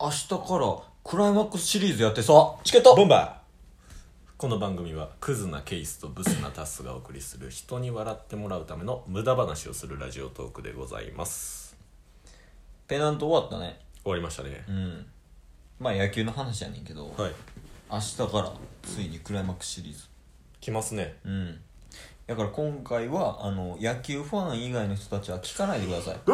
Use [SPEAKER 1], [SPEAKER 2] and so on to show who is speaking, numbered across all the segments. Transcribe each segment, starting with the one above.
[SPEAKER 1] 明日からクライマックスシリーズやってさチケッ
[SPEAKER 2] ボ
[SPEAKER 1] ト
[SPEAKER 2] ンバーこの番組はクズなケイスとブスなタスがお送りする人に笑ってもらうための無駄話をするラジオトークでございます
[SPEAKER 1] ペナント終わったね
[SPEAKER 2] 終わりましたね
[SPEAKER 1] う、んまあ野球の話やねんけど、
[SPEAKER 2] はい
[SPEAKER 1] 明日からついにクライマックスシリーズ
[SPEAKER 2] 来ますね
[SPEAKER 1] うんだから今回はあの野球ファン以外の人たちは聞かないでください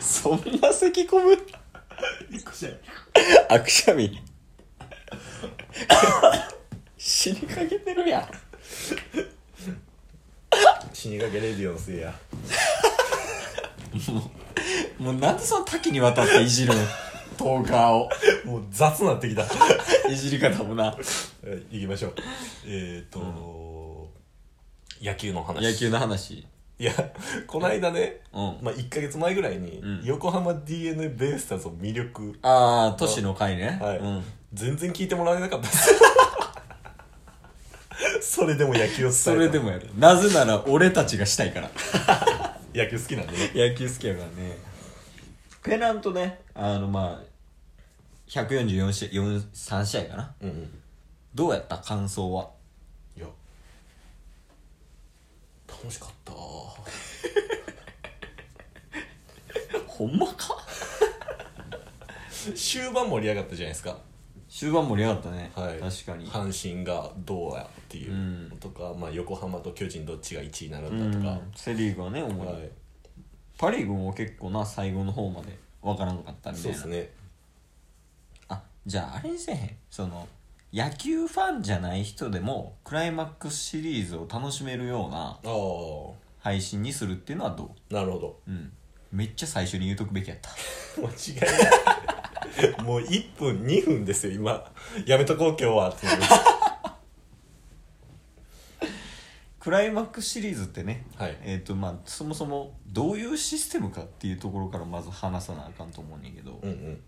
[SPEAKER 3] そんな咳込 むあくしゃみ 死にかけてるやん
[SPEAKER 2] 死にかけレディオのせいや
[SPEAKER 3] もうなんでその多岐にわたっていじるのトーカーを
[SPEAKER 2] もう雑なって きた
[SPEAKER 3] いじり方もな
[SPEAKER 2] はい行きましょうえっ、ー、と、野球の話
[SPEAKER 1] 野球の話
[SPEAKER 2] いやこの間ね、
[SPEAKER 1] うん
[SPEAKER 2] まあ、1か月前ぐらいに
[SPEAKER 1] うん
[SPEAKER 2] 横浜 d n a ベイスターズの魅力、
[SPEAKER 1] ああ都市の会ね
[SPEAKER 2] はい
[SPEAKER 1] うん、
[SPEAKER 2] 全然聞いてもらえなかったです それでも野球を伝えた
[SPEAKER 1] それでもやるなぜなら俺たちがしたいから
[SPEAKER 2] 野球好きなんでね
[SPEAKER 1] 野球好きやからねペナントねあのまあ144試合3試合かな
[SPEAKER 2] うんうん
[SPEAKER 1] どうやった感想はい
[SPEAKER 2] や楽しかった
[SPEAKER 1] ほんまか
[SPEAKER 2] 終盤盛り上がったじゃないですか
[SPEAKER 1] 終盤盛り上がったね、
[SPEAKER 2] はい
[SPEAKER 1] 確かに
[SPEAKER 2] 阪神がどうやっていう、
[SPEAKER 1] うん
[SPEAKER 2] とか、まあ、横浜と巨人どっちが1位になる
[SPEAKER 1] うん
[SPEAKER 2] だとか、
[SPEAKER 1] んセ・リーグはね主に、
[SPEAKER 2] はい
[SPEAKER 1] パ・リーグも結構な最後の方までわからんかったみた
[SPEAKER 2] そう
[SPEAKER 1] い
[SPEAKER 2] で
[SPEAKER 1] な
[SPEAKER 2] すね
[SPEAKER 1] あじゃああれにせえへんその野球ファンじゃない人でもクライマックスシリーズを楽しめるような
[SPEAKER 2] ああ
[SPEAKER 1] 配信にするっていうのはど
[SPEAKER 2] なるほど
[SPEAKER 1] ううんめっちゃ最初に言うとくべきやった
[SPEAKER 2] 間違い ないもう1分2分ですよ今やめとこう今日はっていう
[SPEAKER 1] クライマックスシリーズってね、
[SPEAKER 2] はい
[SPEAKER 1] えっ、とまあそもそもどういうシステムかっていうところからまず話さなあかんと思うねんけど、
[SPEAKER 2] うんうん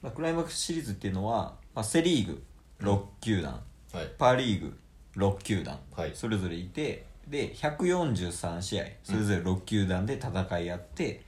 [SPEAKER 1] まあ、クライマックスシリーズっていうのは、まあ、セ・リーグ6球団、
[SPEAKER 2] はい
[SPEAKER 1] パ・リーグ6球団、
[SPEAKER 2] はい
[SPEAKER 1] それぞれいてで143試合それぞれ6球団で戦い合って、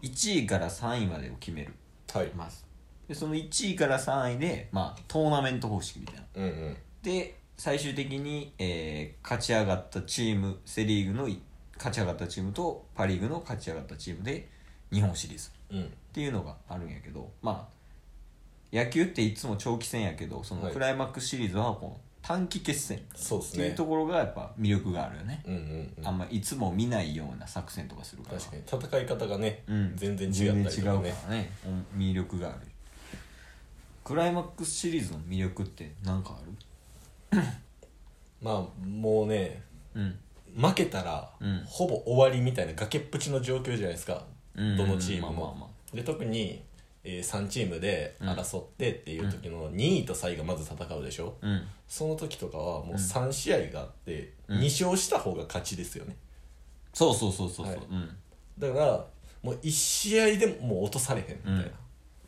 [SPEAKER 1] 1位から3位までを決める
[SPEAKER 2] はい
[SPEAKER 1] ますでその1位から3位で、まあ、トーナメント方式みたいな
[SPEAKER 2] うんうん
[SPEAKER 1] で最終的に、えー勝ち上がったチームセ・リーグのい勝ち上がったチームとパ・リーグの勝ち上がったチームで日本シリーズ
[SPEAKER 2] うん
[SPEAKER 1] っていうのがあるんやけどまあ野球っていつも長期戦やけどその
[SPEAKER 2] はい
[SPEAKER 1] クライマックスシリーズはこの短期決戦っ
[SPEAKER 2] そうです
[SPEAKER 1] ていう
[SPEAKER 2] ね
[SPEAKER 1] ところがやっぱ魅力があるよね、
[SPEAKER 2] うんうんうん
[SPEAKER 1] あんまいつも見ないような作戦とかするから
[SPEAKER 2] 確かに戦い方がね、
[SPEAKER 1] うん、
[SPEAKER 2] 全然違ったりと
[SPEAKER 1] 全
[SPEAKER 2] か
[SPEAKER 1] 然違う
[SPEAKER 2] ね
[SPEAKER 1] からねうん魅力があるクライマックスシリーズの魅力って何かあ
[SPEAKER 2] まあもうね
[SPEAKER 1] るうん
[SPEAKER 2] 負けたら、
[SPEAKER 1] うん
[SPEAKER 2] ほぼ終わりみたいな崖っぷちの状況じゃないですか、
[SPEAKER 1] うん
[SPEAKER 2] どのチームも、
[SPEAKER 1] まあまあま
[SPEAKER 2] で特に、え3チームで
[SPEAKER 1] ん
[SPEAKER 2] 争ってっていう時の2位と3位がまず戦うでしょ、
[SPEAKER 1] うん
[SPEAKER 2] その時とかはもう3試合があって、2勝した方が勝ちですよね
[SPEAKER 1] そうそうそうそうそう、
[SPEAKER 2] はい
[SPEAKER 1] うん
[SPEAKER 2] だからもう1試合でもう落とされへんみたい
[SPEAKER 1] う
[SPEAKER 2] な、
[SPEAKER 1] ん
[SPEAKER 2] だか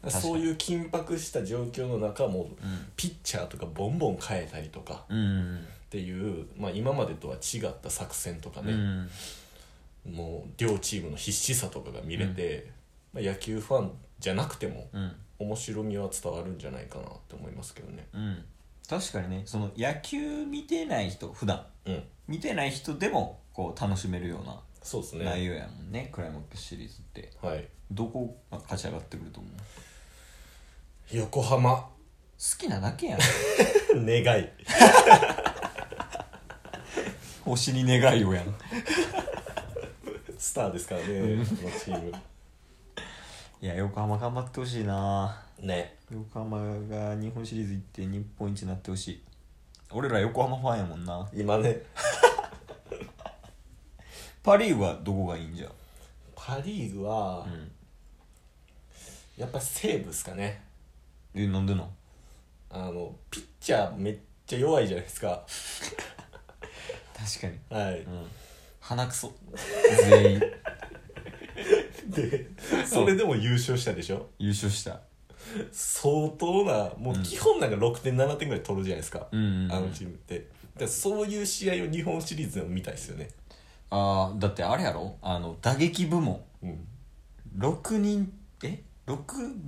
[SPEAKER 2] らそういう緊迫した状況の中もうピッチャーとかボンボン変えたりとか
[SPEAKER 1] うんうん
[SPEAKER 2] っていう、まあ、今までとは違った作戦とか
[SPEAKER 1] うんう
[SPEAKER 2] ね、
[SPEAKER 1] ん
[SPEAKER 2] もう両チームの必死さとかが見れて、まあ、野球ファンじゃなくても
[SPEAKER 1] うん
[SPEAKER 2] 面白みは伝わるんじゃないかなって思いますけどね。
[SPEAKER 1] うん確かにねその野球見てない人普段
[SPEAKER 2] うん、
[SPEAKER 1] 見てない人でもこう楽しめるよう
[SPEAKER 2] そうです
[SPEAKER 1] な内
[SPEAKER 2] ね
[SPEAKER 1] 容やもんねクライマックスシリーズって
[SPEAKER 2] はい
[SPEAKER 1] どこが勝ち上がってくると思う好
[SPEAKER 2] 横浜
[SPEAKER 1] きなだけやん
[SPEAKER 2] 願い
[SPEAKER 1] 星に願いをやん
[SPEAKER 2] スターですからねこのチーム
[SPEAKER 1] いや横浜頑張ってほしいな
[SPEAKER 2] ね
[SPEAKER 1] 横浜が日本シリーズ行って日本一になってほしい俺ら横浜ファンやもんな
[SPEAKER 2] 今ね
[SPEAKER 1] パ・リーグはどこがいいんじゃ
[SPEAKER 2] パ・リーグは、
[SPEAKER 1] ん
[SPEAKER 2] やっぱ西武ですかね
[SPEAKER 1] えなんでなん
[SPEAKER 2] あのピッチャーめっちゃ弱いじゃないですか
[SPEAKER 1] 確かに
[SPEAKER 2] はい、
[SPEAKER 1] うん鼻くそ全員
[SPEAKER 2] でそれでも優勝したでしょ
[SPEAKER 1] 優勝した
[SPEAKER 2] 相当なもう基本なんか6点7点ぐらい取るじゃないですか、
[SPEAKER 1] うんうんうん
[SPEAKER 2] あのチームってだからそういう試合を日本シリーズでも見たいですよね、
[SPEAKER 1] あーだってあれやろあの打撃部門
[SPEAKER 2] うん、
[SPEAKER 1] 6人え6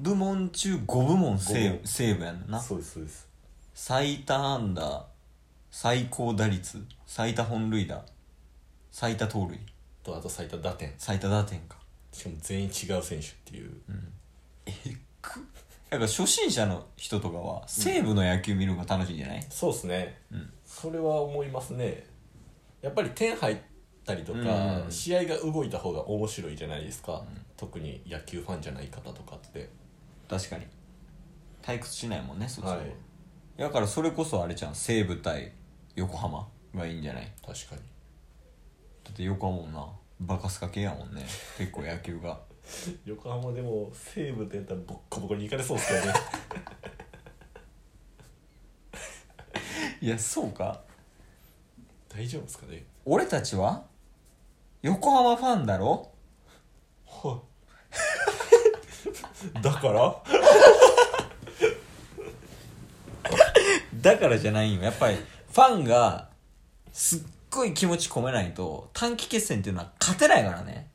[SPEAKER 1] 部門中5部門
[SPEAKER 2] 五
[SPEAKER 1] セー
[SPEAKER 2] 部
[SPEAKER 1] ブセーブやんな
[SPEAKER 2] そうですそうです
[SPEAKER 1] 最多安打最高打率最多本塁打最多盗塁
[SPEAKER 2] とあと最多打点
[SPEAKER 1] 最多打点か
[SPEAKER 2] しかも全員違う選手っていう、
[SPEAKER 1] やっぱ初心者の人とかは西武の野球見るのが楽しいんじゃない、
[SPEAKER 2] そうですね、
[SPEAKER 1] ん
[SPEAKER 2] それは思いますねやっぱり点入ったりとか、
[SPEAKER 1] うん
[SPEAKER 2] 試合が動いた方が面白いじゃないですか、特に野球ファンじゃない方とかって
[SPEAKER 1] 確かに退屈しないもんねそっちの方
[SPEAKER 2] は
[SPEAKER 1] が
[SPEAKER 2] い
[SPEAKER 1] だからそれこそあれじゃん西武対横浜がいいんじゃないだ
[SPEAKER 2] 確かに
[SPEAKER 1] って横浜もなバカスカ系やもんね結構野球が
[SPEAKER 2] 横浜でも西武でやったらボッコボコに行かれそうですけどね
[SPEAKER 1] いやそうか
[SPEAKER 2] 大丈夫ですかね
[SPEAKER 1] 俺たちは横浜ファンだろ
[SPEAKER 2] はいだから
[SPEAKER 1] だからじゃないんよやっぱりファンがすっごい気持ち込めないと短期決戦っていうのは勝てないからね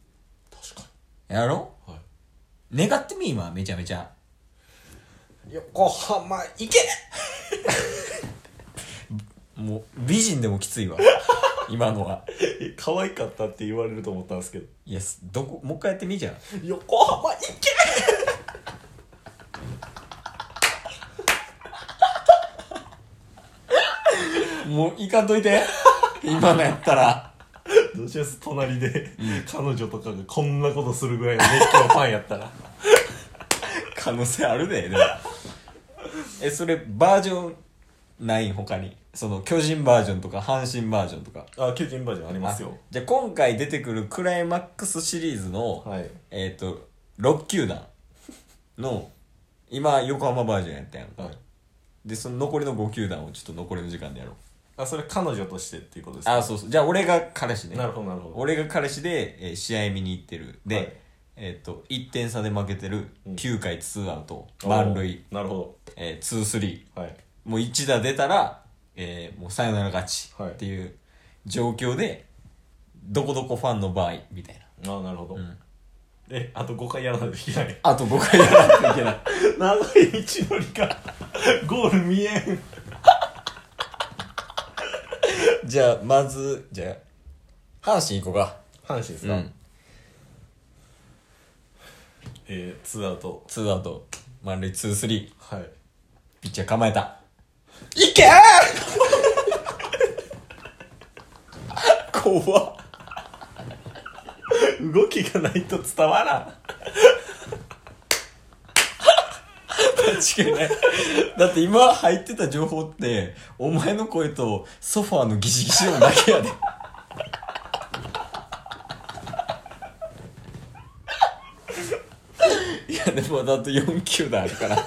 [SPEAKER 2] 確か
[SPEAKER 1] やろ
[SPEAKER 2] には
[SPEAKER 1] 願ってみ今めちゃめちゃ
[SPEAKER 2] い横浜行け
[SPEAKER 1] もう美人でもきついわ今のは
[SPEAKER 2] 可愛かったって言われると思ったんですけど
[SPEAKER 1] いやすどこもう一回やってみじゃん
[SPEAKER 2] 横浜行け
[SPEAKER 1] もう行かんとい て今のやったら
[SPEAKER 2] どうします隣で彼女とかがこんなことするぐらいの熱狂ファンやったら
[SPEAKER 1] 可能性あるででもえそれバージョンない他にその巨人バージョンとか阪神バージョンとか
[SPEAKER 2] あ巨人バージョンありますよ
[SPEAKER 1] じゃあ今回出てくるクライマックスシリーズの、
[SPEAKER 2] はい
[SPEAKER 1] えっ、と6球団の今横浜バージョンやったやんか、
[SPEAKER 2] はい
[SPEAKER 1] でその残りの5球団をちょっと残りの時間でやろう
[SPEAKER 2] あそれ彼女としてっていうことですか
[SPEAKER 1] あそうそうじゃあ俺が彼氏ね
[SPEAKER 2] なるほどなるほど
[SPEAKER 1] 俺が彼氏で、えー試合見に行ってるで、
[SPEAKER 2] はい
[SPEAKER 1] えっ、と1点差で負けてる
[SPEAKER 2] うん
[SPEAKER 1] 9回ツーアウト満塁、
[SPEAKER 2] おーなるほ
[SPEAKER 1] えー、2-3
[SPEAKER 2] どはい
[SPEAKER 1] もう1打出たら、えーもうサヨナラ勝ち
[SPEAKER 2] はい
[SPEAKER 1] っていう状況でどこどこファンの場合みたいな
[SPEAKER 2] あなるほど、であと5回やらないといけない
[SPEAKER 1] あと5回やらないといけない
[SPEAKER 2] 長い道のり がゴール見えん
[SPEAKER 1] じゃあまずじゃあ阪神行こうか
[SPEAKER 2] 阪神です
[SPEAKER 1] う
[SPEAKER 2] か、
[SPEAKER 1] ん
[SPEAKER 2] えー、ツーアウト
[SPEAKER 1] ツーアウト満塁2-3
[SPEAKER 2] はい
[SPEAKER 1] ピッチャー構えた。いけー 怖っ。
[SPEAKER 2] 動きがないと伝わらん
[SPEAKER 1] 間違いない。だって今入ってた情報って、お前の声とソファーのギシギシのだけやで。いや、でもまだあと4球団あるから。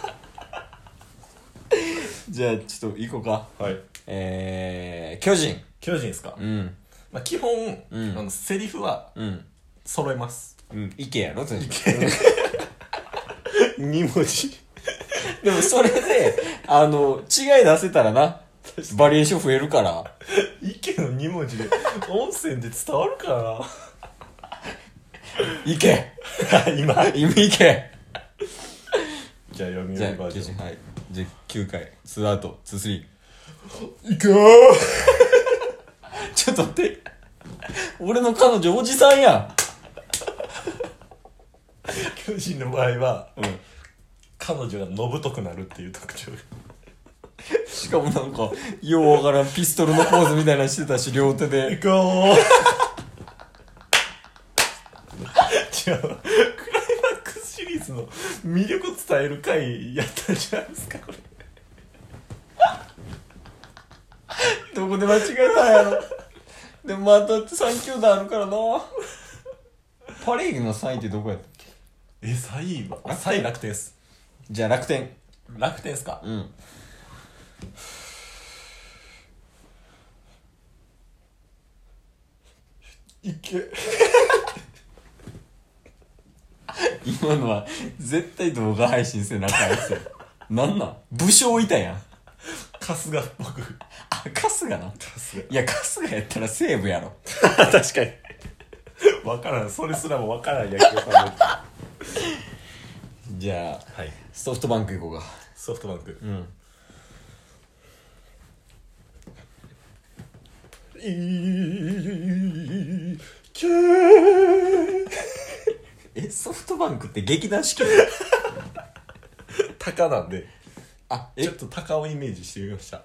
[SPEAKER 1] じゃあ、ちょっと行こうか。
[SPEAKER 2] はい
[SPEAKER 1] えー、巨人。
[SPEAKER 2] 巨人ですか、
[SPEAKER 1] うん。
[SPEAKER 2] まあ、基本、
[SPEAKER 1] うん
[SPEAKER 2] あのセリフは
[SPEAKER 1] うん。
[SPEAKER 2] 揃えます
[SPEAKER 1] うん。イケやろ、イ
[SPEAKER 2] 2文字
[SPEAKER 1] でもそれで、あの、違い出せたらな、バリエーション増えるから。
[SPEAKER 2] 意見の2文字 で音声で伝わるか
[SPEAKER 1] いけ
[SPEAKER 2] な 今
[SPEAKER 1] 意味いけ
[SPEAKER 2] じゃあ読み
[SPEAKER 1] じゃあ、
[SPEAKER 2] 上げバー
[SPEAKER 1] 9
[SPEAKER 2] ジョン
[SPEAKER 1] はい。じゃあ、9回、2アウト、2、3。
[SPEAKER 2] いくー
[SPEAKER 1] ちょっと待って。俺の彼女おじさんや
[SPEAKER 2] 巨人の場合は
[SPEAKER 1] ん。うん。
[SPEAKER 2] 彼女がのぶとくなるっていう特徴
[SPEAKER 1] しかもなんか、ようわからんピストルのポーズみたいなのしてたし、両手
[SPEAKER 2] い
[SPEAKER 1] で。
[SPEAKER 2] くー違うクライマックスシリーズの魅力伝える回やったんじゃないですかこれ
[SPEAKER 1] どこで間違えたんやろ。でもまた3球団あるからな。パリーグの3位ってどこやったっけ
[SPEAKER 2] えサイはあサイ楽天です
[SPEAKER 1] じゃあ楽天。
[SPEAKER 2] 楽天ですか
[SPEAKER 1] うん。
[SPEAKER 2] いけ
[SPEAKER 1] 今のは絶対動画配信せなあかんやつやなんなん武将いたやん
[SPEAKER 2] 春日っぽく
[SPEAKER 1] あ春日な
[SPEAKER 2] 春
[SPEAKER 1] いや春日やったら西武やろ
[SPEAKER 2] 日確かに分からんそれすらも分からん野球ファンの
[SPEAKER 1] じゃあ
[SPEAKER 2] はい
[SPEAKER 1] ソフトバンク行こうか
[SPEAKER 2] ソフトバンク
[SPEAKER 1] うん
[SPEAKER 2] いけ
[SPEAKER 1] えソフトバンクって劇団四季
[SPEAKER 2] 高なんで
[SPEAKER 1] あ
[SPEAKER 2] ち
[SPEAKER 1] え
[SPEAKER 2] ょっと高をイメージしてみました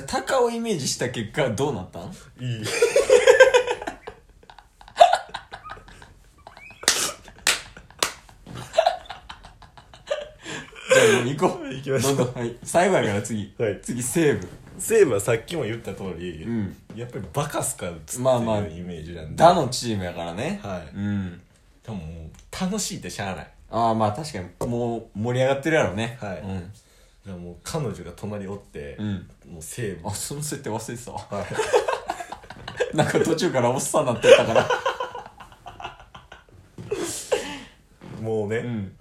[SPEAKER 1] 鷹をイメージした結果どうなったん
[SPEAKER 2] いい
[SPEAKER 1] じゃあもう行こう
[SPEAKER 2] 行きましょ
[SPEAKER 1] ど
[SPEAKER 2] うん
[SPEAKER 1] どん、はい、最後やから次、
[SPEAKER 2] はい
[SPEAKER 1] 次西武
[SPEAKER 2] 西武はさっきも言った通り、
[SPEAKER 1] ん
[SPEAKER 2] やっぱりバカすか打つって
[SPEAKER 1] まあまあ
[SPEAKER 2] いうイメージなんで、
[SPEAKER 1] 打のチームやからね
[SPEAKER 2] はい
[SPEAKER 1] うん
[SPEAKER 2] でももう楽しいってしゃあない
[SPEAKER 1] ああまあ確かにもう盛り上がってるやろね
[SPEAKER 2] はい
[SPEAKER 1] うん、
[SPEAKER 2] だからもう彼女が隣おって、
[SPEAKER 1] うん
[SPEAKER 2] もう西武
[SPEAKER 1] あその設定忘れてたわ
[SPEAKER 2] はい
[SPEAKER 1] なんか途中からおっさんになってったから
[SPEAKER 2] もう
[SPEAKER 1] う
[SPEAKER 2] ね、
[SPEAKER 1] ん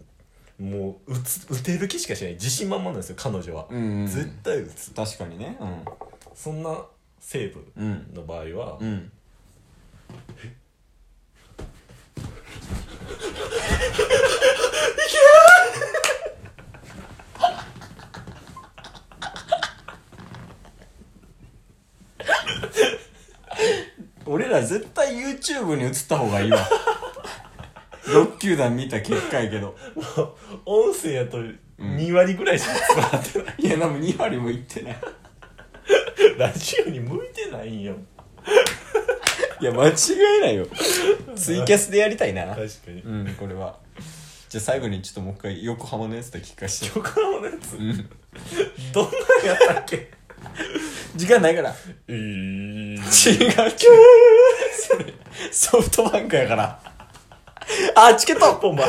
[SPEAKER 2] もう打つ打てる気しかしない自信満々なんですよ彼女は、
[SPEAKER 1] うんうん
[SPEAKER 2] 絶対打つ
[SPEAKER 1] 確かにねう
[SPEAKER 2] そんな西武
[SPEAKER 1] うん
[SPEAKER 2] の場合
[SPEAKER 1] ん
[SPEAKER 2] は、
[SPEAKER 1] うん 俺ら絶対 YouTube に映った方が いいわ6球団見た結果やけど
[SPEAKER 2] 音声やと2割ぐらいしか伝わってない、
[SPEAKER 1] いやでも2割もいってない
[SPEAKER 2] ラジオに向いてないんよ
[SPEAKER 1] いや間違いないよツイキャスでやりたい な
[SPEAKER 2] 確かに
[SPEAKER 1] うんこれはじゃあ最後にちょっともう一回横浜のやつだけ聞かして
[SPEAKER 2] 横浜のやつ、
[SPEAKER 1] ん
[SPEAKER 2] どんなんやったっけ
[SPEAKER 1] 時間ないから
[SPEAKER 2] いい
[SPEAKER 1] 違うそれソフトバンクやからあチケット
[SPEAKER 2] ポンバ